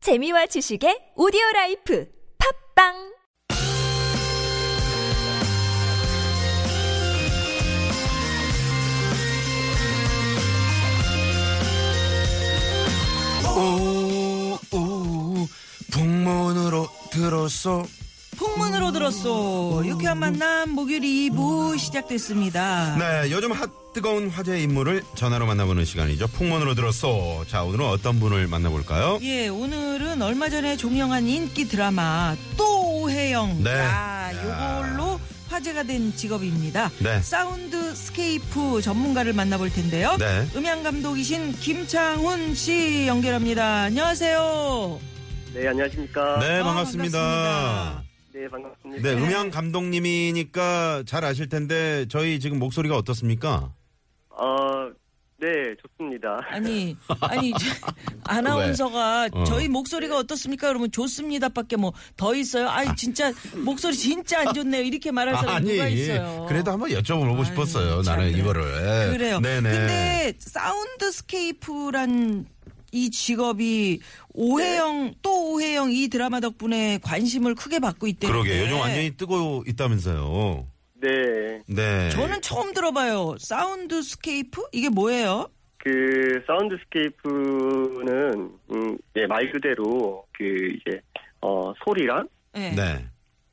재미와 지식의 오디오 라이프 팝빵 오, 오, 북문으로 들었어. 풍문으로 들었어. 유쾌한 만남 목요일 2부 시작됐습니다. 네, 요즘 핫 뜨거운 화제의 인물을 전화로 만나보는 시간이죠. 풍문으로 들었어. 자, 오늘은 어떤 분을 만나볼까요? 예, 오늘은 얼마 전에 종영한 인기 드라마 또 오해영. 네. 야, 야. 요걸로 화제가 된 직업입니다. 네. 사운드 스케이프 전문가를 만나볼 텐데요. 네. 음향 감독이신 김창훈 씨 연결합니다. 안녕하세요. 네, 안녕하십니까. 네, 아, 반갑습니다. 반갑습니다. 네, 반갑습니다. 네, 음향 감독님이니까 잘 아실 텐데 저희 지금 목소리가 어떻습니까? 아, 네, 좋습니다. 아니, 아니, 저- 아나운서가 어. 저희 목소리가 어떻습니까? 그러면 좋습니다밖에 뭐 더 있어요? 아니, 진짜, 목소리 진짜 안 좋네요. 이렇게 말할 사람 이 누가 있어요? 그래도 한번 여쭤보고 아유, 싶었어요. 참, 나는 그래. 이거를. 그래요. 네네. 근데 사운드스케이프란 이 직업이 오해영, 또 오해영 이 드라마 덕분에 관심을 크게 받고 있대요. 그러게 요즘 완전히 뜨고 있다면서요. 네, 네. 저는 처음 들어봐요. 사운드스케이프? 이게 뭐예요? 그 사운드스케이프는 음, 예, 말 그대로 그 이제 어, 소리랑 예. 네.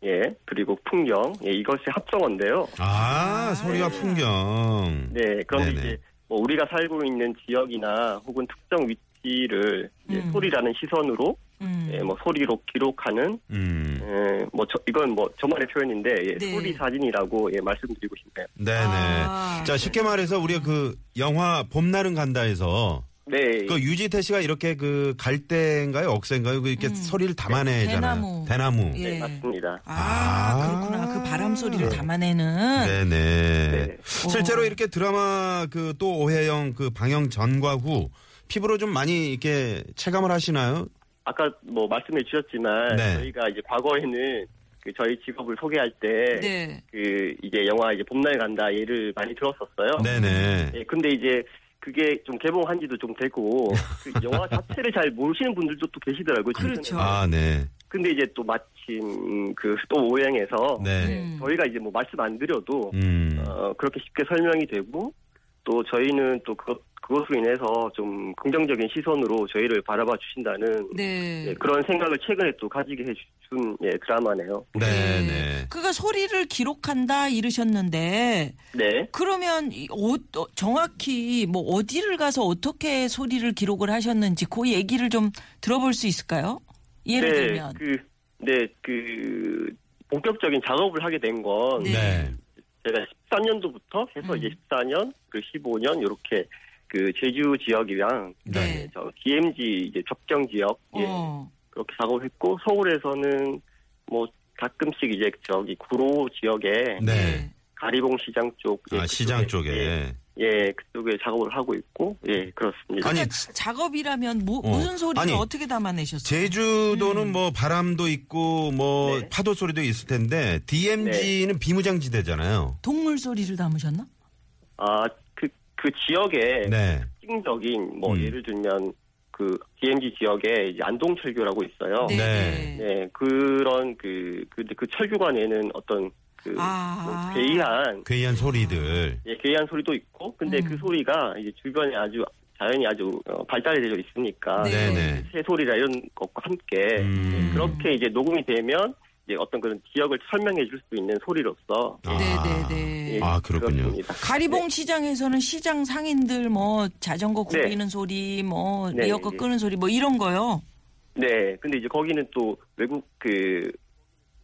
예, 그리고 풍경 예, 이것이 합성어인데요. 아, 아, 소리가 네. 풍경. 네, 그런데 네네. 이제 뭐 우리가 살고 있는 지역이나 혹은 특정 위치를 이제 음. 소리라는 시선으로 음. 예, 뭐 소리로 기록하는 음. 예, 뭐 저, 이건 뭐 저만의 표현인데 예, 네. 소리 사진이라고 예, 말씀드리고 싶네요. 네네. 아. 자, 쉽게 말해서 우리가 그 영화 봄날은 간다에서 네, 그 유지태 씨가 이렇게 그 갈대인가요? 억새인가요? 그 이렇게 음. 소리를 담아내잖아요. 대나무. 대나무. 예. 네, 맞습니다. 아, 아. 그렇구나. 그 바람 소리를 네. 담아내는. 네네. 네. 실제로 이렇게 드라마 그 또 오해영 그 방영 전과 후 피부로 좀 많이 이렇게 체감을 하시나요? 아까 뭐 말씀해 주셨지만 네. 저희가 이제 과거에는 그 저희 직업을 소개할 때 그 네. 이제 영화 이제 봄날 간다 예를 많이 들었었어요. 네네. 예, 근데 이제 그게 좀 개봉한지도 좀 되고 그 영화 자체를 잘 모르시는 분들도 또 계시더라고요. 주변에. 그렇죠. 아, 네. 근데 이제 또 마침 그 또 오행에서 네. 음. 저희가 이제 뭐 말씀 안 드려도 음. 어, 그렇게 쉽게 설명이 되고 또 저희는 또 그것 그것으로 인해서 좀 긍정적인 시선으로 저희를 바라봐 주신다는 네. 예, 그런 생각을 최근에 또 가지게 해준 예, 드라마네요. 네네. 그가 소리를 기록한다 이러셨는데 네. 그러면 이 어- 어, 정확히 뭐 어디를 가서 어떻게 소리를 기록을 하셨는지 그 얘기를 좀 들어볼 수 있을까요? 예를 네, 들면 그, 네, 그, 본격적인 작업을 하게 된 건, 네. 네. 제가 13년도부터 해서 음. 이제 14년, 그 15년, 이렇게, 그, 제주 지역이랑, 네. 저, DMZ 이제 접경 지역, 예, 어, 그렇게 작업을 했고, 서울에서는 뭐, 가끔씩 이제 저기 구로 지역에 음. 네. 가리봉 시장 쪽, 예, 아, 네. 그쪽에, 시장 예, 쪽에. 예, 그쪽에 작업을 하고 있고, 예, 그렇습니다. 아니, 그러니까 지- 작업이라면 뭐, 어. 무슨 소리를 아니, 어떻게 담아내셨어요? 제주도는 뭐 바람도 있고 뭐 네. 파도 소리도 있을 텐데 DMZ는 비무장지대잖아요. 동물 소리를 담으셨나? 아, 그, 그 지역에 네. 특징적인 뭐 음. 예를 들면 그 DMZ 지역에 이제 안동철교라고 있어요. 네. 네, 그런 그, 그, 그 철교관 에는 어떤 그, 아. 그 괴이한, 괴이한 소리들. 예, 괴이한 소리도 있고, 근데 음. 그 소리가 이제 주변에 아주 자연이 아주 어, 발달이 되어 있으니까, 네. 네네. 새 소리라 이런 것과 함께, 음. 네. 그렇게 이제 녹음이 되면, 이제 어떤 그런 지역을 설명해 줄 수 있는 소리로서, 예, 아. 네, 네네네. 아, 그렇군요. 그렇습니다. 가리봉 시장에서는 시장 상인들 뭐 자전거 네. 굴리는 소리, 뭐 네, 리어커 예. 끄는 소리, 뭐 이런 거요. 네, 근데 이제 거기는 또 외국 그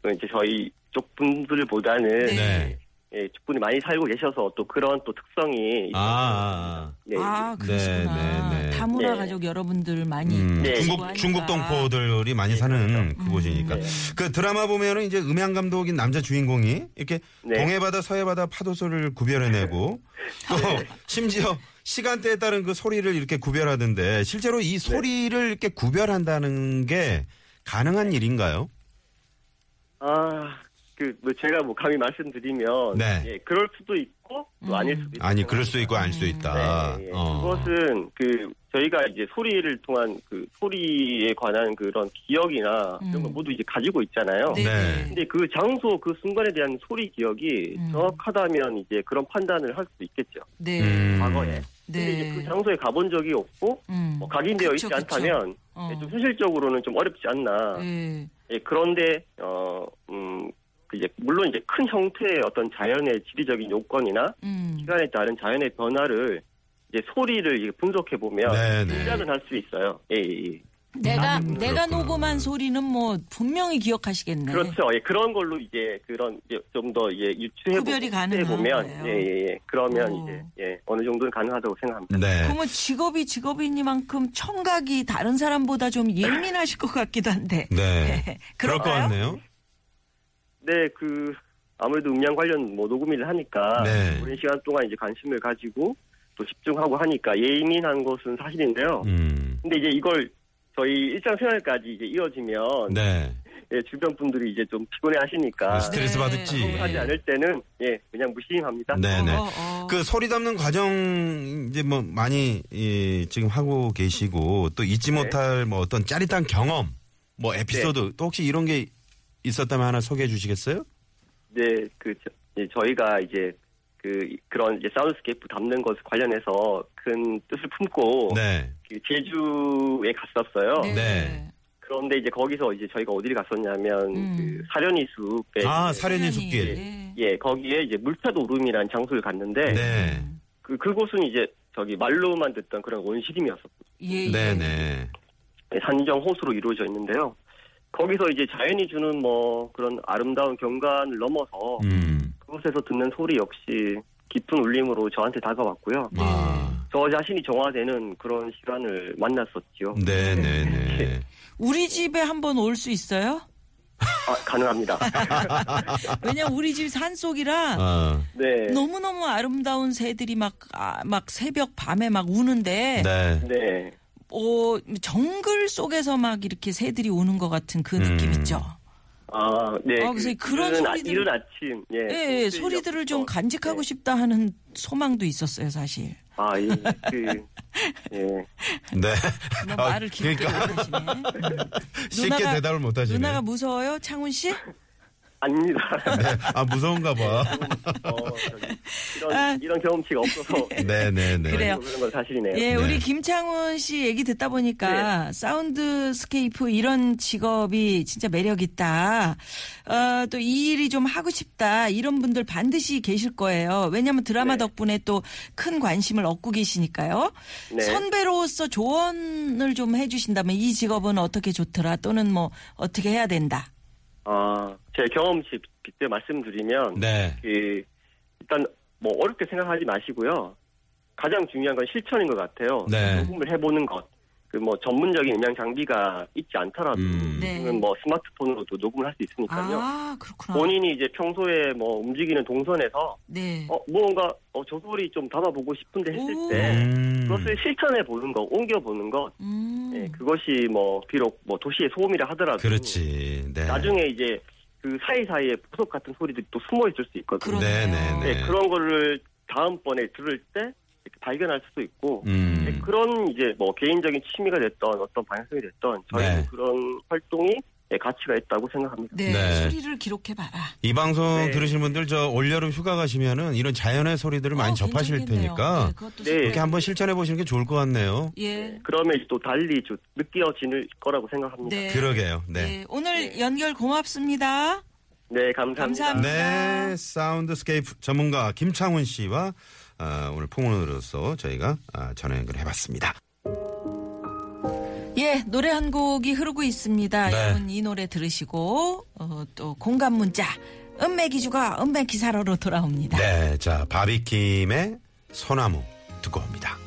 어, 이제 저희 쪽 분들보다는 네. 예, 쪽 분이 많이 살고 계셔서 또 그런 또 특성이 아, 아, 아. 네, 아, 네, 그러시구나. 네, 네. 다문화 네. 가족 여러분들 많이 음, 네. 예, 중국 좋아하니까. 중국 동포들이 많이 사는 그곳이니까 네. 그 드라마 보면은 이제 음향 감독인 남자 주인공이 이렇게 네. 동해 바다 서해 바다 파도 소리를 구별해내고 또 네. 심지어 시간대에 따른 그 소리를 이렇게 구별하던데 실제로 네. 이 소리를 이렇게 구별한다는 게 가능한 일인가요? 아 그 뭐 제가 뭐 감히 말씀드리면 네. 예, 그럴 수도 있고 또 아닐 음. 수도 있고 아니 그럴 수 있고 안 수 있다. 네, 예. 어. 그것은 그 저희가 이제 소리를 통한 그 소리에 관한 그런 기억이나 이런 걸 음. 모두 이제 가지고 있잖아요. 네. 근데 그 장소 그 순간에 대한 소리 기억이 음. 정확하다면 이제 그런 판단을 할 수도 있겠죠. 네. 음. 과거에. 근데 네. 이제 그 장소에 가본 적이 없고 음. 뭐 각인되어 그쵸, 그쵸. 있지 않다면 어. 예, 좀 현실적으로는 좀 어렵지 않나. 네. 예, 그런데 어, 음, 그 이제 물론 이제 큰 형태의 어떤 자연의 지리적인 요건이나 음. 시간에 따른 자연의 변화를 이제 소리를 분석해 보면 네네. 판단은 할 수 있어요. 예, 예, 예. 내가 음, 내가 그렇구나. 녹음한 소리는 뭐 분명히 기억하시겠네. 그렇죠. 예, 그런 걸로 이제 그런 좀 더 이제 유추해 구별이 가능한 보면 거예요. 예, 예, 예. 그러면 오. 이제 예, 어느 정도는 가능하다고 생각합니다. 네. 그러면 직업이 직업이니만큼 청각이 다른 사람보다 좀 예민하실 것 같기도 한데. 네. 그럴 것 그럴까요? 같네요. 네, 그 아무래도 음량 관련 뭐 녹음을 하니까 네. 오랜 시간 동안 이제 관심을 가지고 또 집중하고 하니까 예민한 것은 사실인데요. 음. 근데 이제 이걸 저희 일상생활까지 이제 이어지면 네. 예, 주변 분들이 이제 좀 피곤해 하시니까 스트레스 네. 받을지. 하지 아, 않을 때는 예, 그냥 무시합니다. 네네. 어, 어, 어. 그 소리 담는 과정 이제 뭐 많이 예, 지금 하고 계시고 또 잊지 네. 못할 뭐 어떤 짜릿한 경험 뭐 에피소드 또 혹시 이런 게 있었다면 하나 소개해 주시겠어요? 네, 그 저, 예, 저희가 이제 그 그런 이제 사운드스케이프 담는 것 관련해서 큰 뜻을 품고 네. 그 제주에 갔었어요. 네. 네. 그런데 이제 거기서 이제 저희가 어디를 갔었냐면 음. 그 사려니 숲에 아, 이제- 사려니 숲길. 네. 예 거기에 이제 물타도 오름이라는 장소를 갔는데 네. 음. 그 그곳은 이제 저기 말로만 듣던 그런 원시림이었어요. 예, 예. 네네. 산정 호수로 이루어져 있는데요. 거기서 이제 자연이 주는 뭐 그런 아름다운 경관을 넘어서 음. 그곳에서 듣는 소리 역시 깊은 울림으로 저한테 다가왔고요. 네. 아. 저 자신이 정화되는 그런 시간을 만났었지요. 음. 네, 네네네. 우리 집에 한번 올 수 있어요? 아, 가능합니다. 왜냐면 우리 집 산속이라 아. 네. 너무너무 아름다운 새들이 막, 아, 막 새벽 밤에 막 우는데, 네. 네. 어, 정글 속에서 막 이렇게 새들이 우는 것 같은 그 느낌 음. 있죠? 아, 네. 아, 그래서 그런 이른, 아- 소리들- 이른 아침. 예. 어, 예, 예, 소리들을 좀 간직하고 싶다 하는 소망도 있었어요, 사실. 아, 예. 그, 예. 네. 뭐 아, 말을 길게 하시네. 쉽게 누나가- 대답을 못 하시네. 누나가 뭐 무서워요, 창훈 씨? 아닙니다. 아, 무서운가 봐. 어, 저기 이런, 아. 이런 경험치가 없어서. 네네네. 그래요. 그런 건 사실이네요. 네. 예, 네. 우리 김창훈 씨 얘기 듣다 보니까 사운드 스케이프 이런 직업이 진짜 매력 있다. 어, 또 이 일이 좀 하고 싶다. 이런 분들 반드시 계실 거예요. 왜냐하면 드라마 네. 덕분에 또 큰 관심을 얻고 계시니까요. 네. 선배로서 조언을 좀 해주신다면 이 직업은 어떻게 좋더라 또는 뭐 어떻게 해야 된다. 아, 제 경험치 빗대 말씀드리면. 네. 그 일단 뭐 어렵게 생각하지 마시고요. 가장 중요한 건 실천인 것 같아요. 네. 녹음을 해보는 것. 그 뭐 전문적인 음향 장비가 있지 않더라도 음. 네. 지금은 뭐 스마트폰으로도 녹음을 할 수 있으니까요. 아 그렇구나. 본인이 이제 평소에 뭐 움직이는 동선에서 네. 어 뭔가 어, 저 소리 좀 담아보고 싶은데 했을 오. 때 음. 네. 그것을 실천해 보는 거, 옮겨 보는 것. 음. 예, 그것이 뭐 비록 뭐 도시의 소음이라 하더라도 그렇지. 네. 나중에 이제 그 사이사이에 부속 같은 소리들이 또 숨어 있을 수 있거든요. 그러네요. 네네네. 네, 그런 거를 다음번에 들을 때 이렇게 발견할 수도 있고 네, 음. 그런 이제 뭐 개인적인 취미가 됐던 어떤 방향성이 됐던 저희는 네. 그런 활동이 네, 가치가 있다고 생각합니다. 네. 네. 소리를 기록해봐라. 이 방송 네. 들으신 분들 저 올여름 휴가 가시면은 이런 자연의 소리들을 많이 어, 접하실 괜찮겠네요. 테니까 네, 그것도 네. 이렇게 좋고요. 한번 실천해 보시는 게 좋을 것 같네요. 예. 그러면 또 달리 좀 느껴지는 거라고 생각합니다. 네, 네. 그러게요. 네. 예, 오늘 연결 고맙습니다. 감사합니다. 네. 감사합니다. 사운드스케이프 전문가 김창훈 씨와 아, 오늘 풍문으로서 저희가 아, 전화 연결해 봤습니다. 예, 노래 한 곡이 흐르고 있습니다. 네. 여러분 이 노래 들으시고 어, 또 공감 문자 음매 기주가 음매 기사로로 돌아옵니다. 네. 자, 바비킴의 소나무 듣고 옵니다.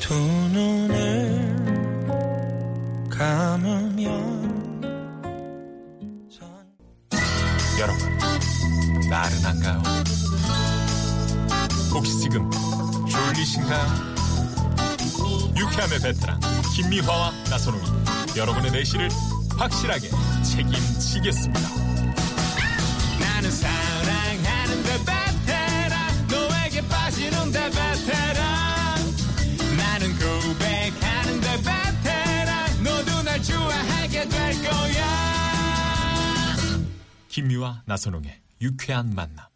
두 눈을 감으면 전- 여러분, 나른한가요? 혹시 지금 졸리신가요? 유쾌함의 베테랑 김미화와 나선홍이 여러분의 내실을 확실하게 책임지겠습니다. 나는 사랑하는데 베테랑 너에게 빠지는데 베테랑 나는 고백하는데 베테랑 너도 날 좋아하게 될 거야 김유와 나선홍의 유쾌한 만남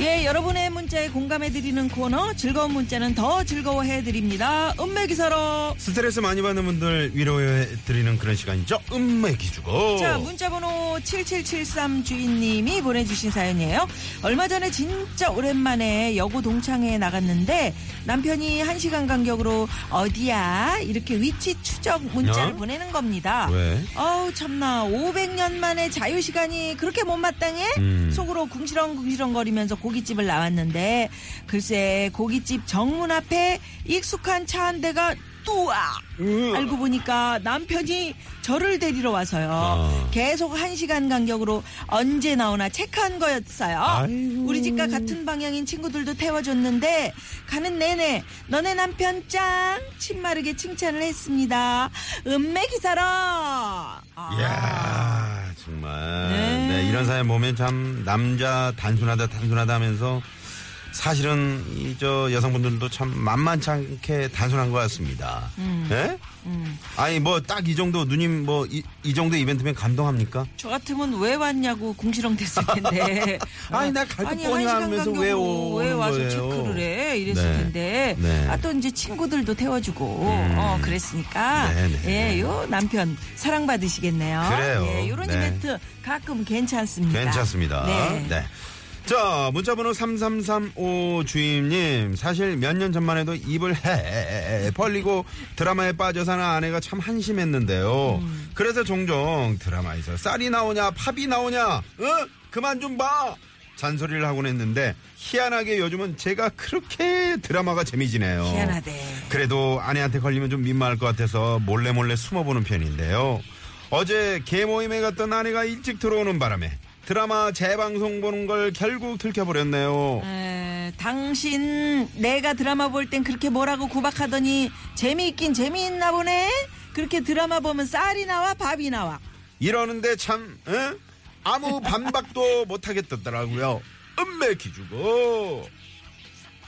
예, 여러분의 문자에 공감해드리는 코너 즐거운 문자는 더 즐거워해드립니다. 음메기사로 스트레스 많이 받는 분들 위로해 드리는 그런 시간이죠. 음맥이 주고. 자, 문자번호 7773 주인님이 보내주신 사연이에요. 얼마 전에 진짜 오랜만에 여고 동창회에 나갔는데 남편이 한시간 간격으로 어디야? 이렇게 위치 추적 문자를 어? 보내는 겁니다. 왜? 아우 참나 500년 만에 자유 시간이 그렇게 못마땅해? 음. 속으로 궁시렁궁시렁거리면서 고깃집을 나왔는데 글쎄 고깃집 정문 앞에 익숙한 차 한 대가 뚜아 알고 보니까 남편이 저를 데리러 와서요. 아. 계속 한 시간 간격으로 언제 나오나 체크한 거였어요. 아이고. 우리 집과 같은 방향인 친구들도 태워줬는데 가는 내내 너네 남편 짱 친마르게 칭찬을 했습니다. 음메 기사로. 아. 이야, 정말. 네. 네. 이런 사연 보면 참 남자 단순하다, 단순하다 하면서 사실은 이 저 여성분들도 참 만만치 않게 단순한 것 같습니다. 음. 예? 아니, 뭐 딱 이 정도, 누님 뭐 이 정도 이벤트면 감동합니까? 저 같으면 왜 왔냐고 궁시렁 됐을 텐데. 아니, 나갈거 아니, 뻔히 한 시간 하면서 간격으로 왜 오는 왜 와서 거예요? 체크를 해? 이랬을 네. 텐데. 네. 음. 아, 또 이제 친구들도 태워주고, 어, 그랬으니까. 네, 네. 예, 요 남편 사랑받으시겠네요. 그래요. 예, 요런 네. 이벤트 가끔 괜찮습니다. 괜찮습니다. 네. 자, 문자번호 3335 주임님. 사실 몇 년 전만 해도 입을 해 벌리고 드라마에 빠져 사는 아내가 참 한심했는데요. 음. 그래서 종종 드라마에서 쌀이 나오냐, 팝이 나오냐, 응? 그만 좀 봐! 잔소리를 하곤 했는데 희한하게 요즘은 제가 그렇게 드라마가 재미지네요. 희한하대. 그래도 아내한테 걸리면 좀 민망할 것 같아서 몰래 몰래 숨어보는 편인데요. 어제 개 모임에 갔던 아내가 일찍 들어오는 바람에 드라마 재방송 보는 걸 결국 들켜버렸네요. 에, 당신 내가 드라마 볼 땐 그렇게 뭐라고 구박하더니 재미있긴 재미있나 보네. 그렇게 드라마 보면 쌀이 나와 밥이 나와. 이러는데 참 에? 아무 반박도 못하겠더라고요. 음메 기주고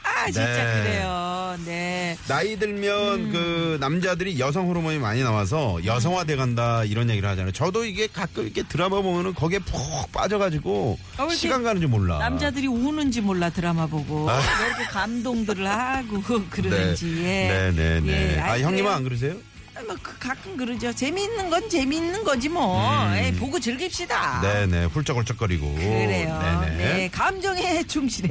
아 진짜 네. 그래요. 네. 나이 들면 그 남자들이 여성 호르몬이 많이 나와서 여성화돼 간다 이런 얘기를 하잖아요. 저도 이게 가끔 이렇게 드라마 보면은 거기에 푹 빠져가지고 아, 왜 이렇게 시간 가는 줄 몰라. 남자들이 우는지 몰라 드라마 보고 왜 이렇게 감동들을 하고 그러는지. 예. 아. 네네네. 예, 아, 아이, 형님은 그래요. 안 그러세요? 아, 뭐 그- 가끔 그러죠. 재미있는 건 재미있는 거지 뭐. 에이, 보고 즐깁시다. 음. 네네. 훌쩍훌쩍거리고. 아. 그래요. 네네. 네, 감정에 충실해.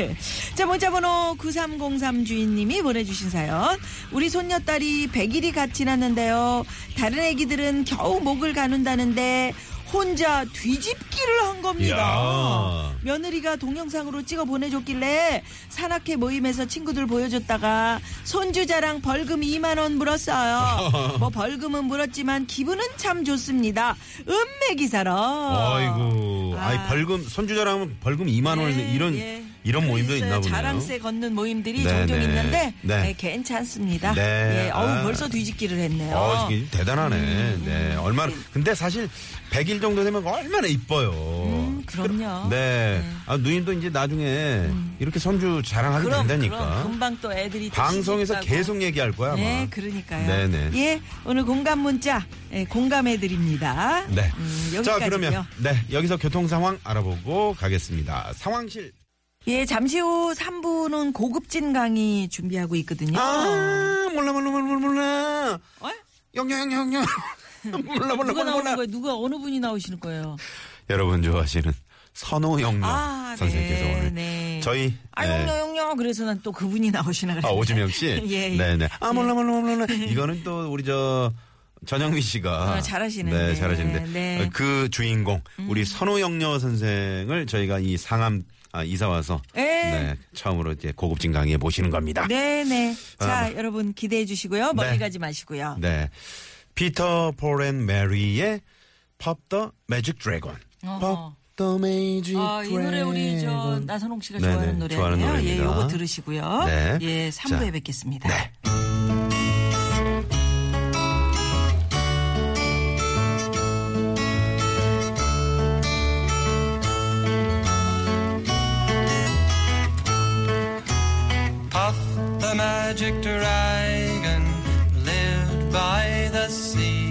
예. 자, 문자번호 9303 주인님이 보내주신 사연. 우리 손녀딸이 100일이 같이 났는데요. 다른 애기들은 겨우 목을 가눈다는데 혼자 뒤집기를 한 겁니다. 이야. 며느리가 동영상으로 찍어 보내줬길래 산악회 모임에서 친구들 보여줬다가 손주 자랑 벌금 2만 원 물었어요. 뭐 벌금은 물었지만 기분은 참 좋습니다. 음메 기사로. 아이고. 아. 아. 이 벌금, 손주자랑은 벌금 2만 원 네, 이런, 예. 이런 모임도 있어요. 있나 보네요. 자랑세 걷는 모임들이 네, 종종 네. 있는데 네. 네, 괜찮습니다. 네. 예, 어우 아. 벌써 뒤집기를 했네요. 어, 이게 대단하네. 음. 네. 얼마나. 근데 사실 100일 정도 되면 얼마나 이뻐요. 음, 그럼요. 음. 네. 아, 누님도 이제 나중에 이렇게 손주 자랑하게 그럼 된다니까. 그럼 금방 또 애들이 또 방송에서 시집가고. 계속 얘기할 거야. 아마. 네, 그러니까요. 네네. 예, 오늘 공감 문자 예, 공감해 드립니다. 음, 네. 자, 여기까지요. 그러면 네, 여기서 교통 상황 알아보고 가겠습니다. 상황실. 예, 잠시 후 3부는 고급진 강의 준비하고 있거든요. 아, 몰라 몰라 몰라 몰라, 몰라. 어? 영영 영영. 몰라 몰라 누가 몰라 나오는 몰라. 거예요? 누가 어느 분이 나오시는 거예요? 여러분 좋아하시는 선호 영영 아, 선생님께서 네, 오늘 네. 저희 네. 아용용용용 그래서 난 또 그분이 나오시나 그랬 아, 오지명 씨. 예, 예. 네, 네. 아, 몰라 몰라 몰라 몰라. 이거는 또 우리 저 전영미 씨가 아, 잘하시는데. 네, 잘하시는데 네. 그 주인공 우리 선호 영여 선생을 저희가 이 상암 아, 이사 와서 예. 네, 처음으로 이제 고급진 강의해 보시는 겁니다. 네네. 자, 아. 여러분 기대해 주시고요. 멀리 네. 가지 마시고요. 네. 피터 폴앤 메리의 Pop the Magic Dragon. 어허. Pop the Magic 아, 이 노래 우리 저 Dragon. 나선홍 씨가 네네, 좋아하는 노래예요. 좋아하는 예, 노래입니다. 요거 들으시고요. 네. 예, 3부에 자, 뵙겠습니다. 네. Puff the magic dragon lived by the sea.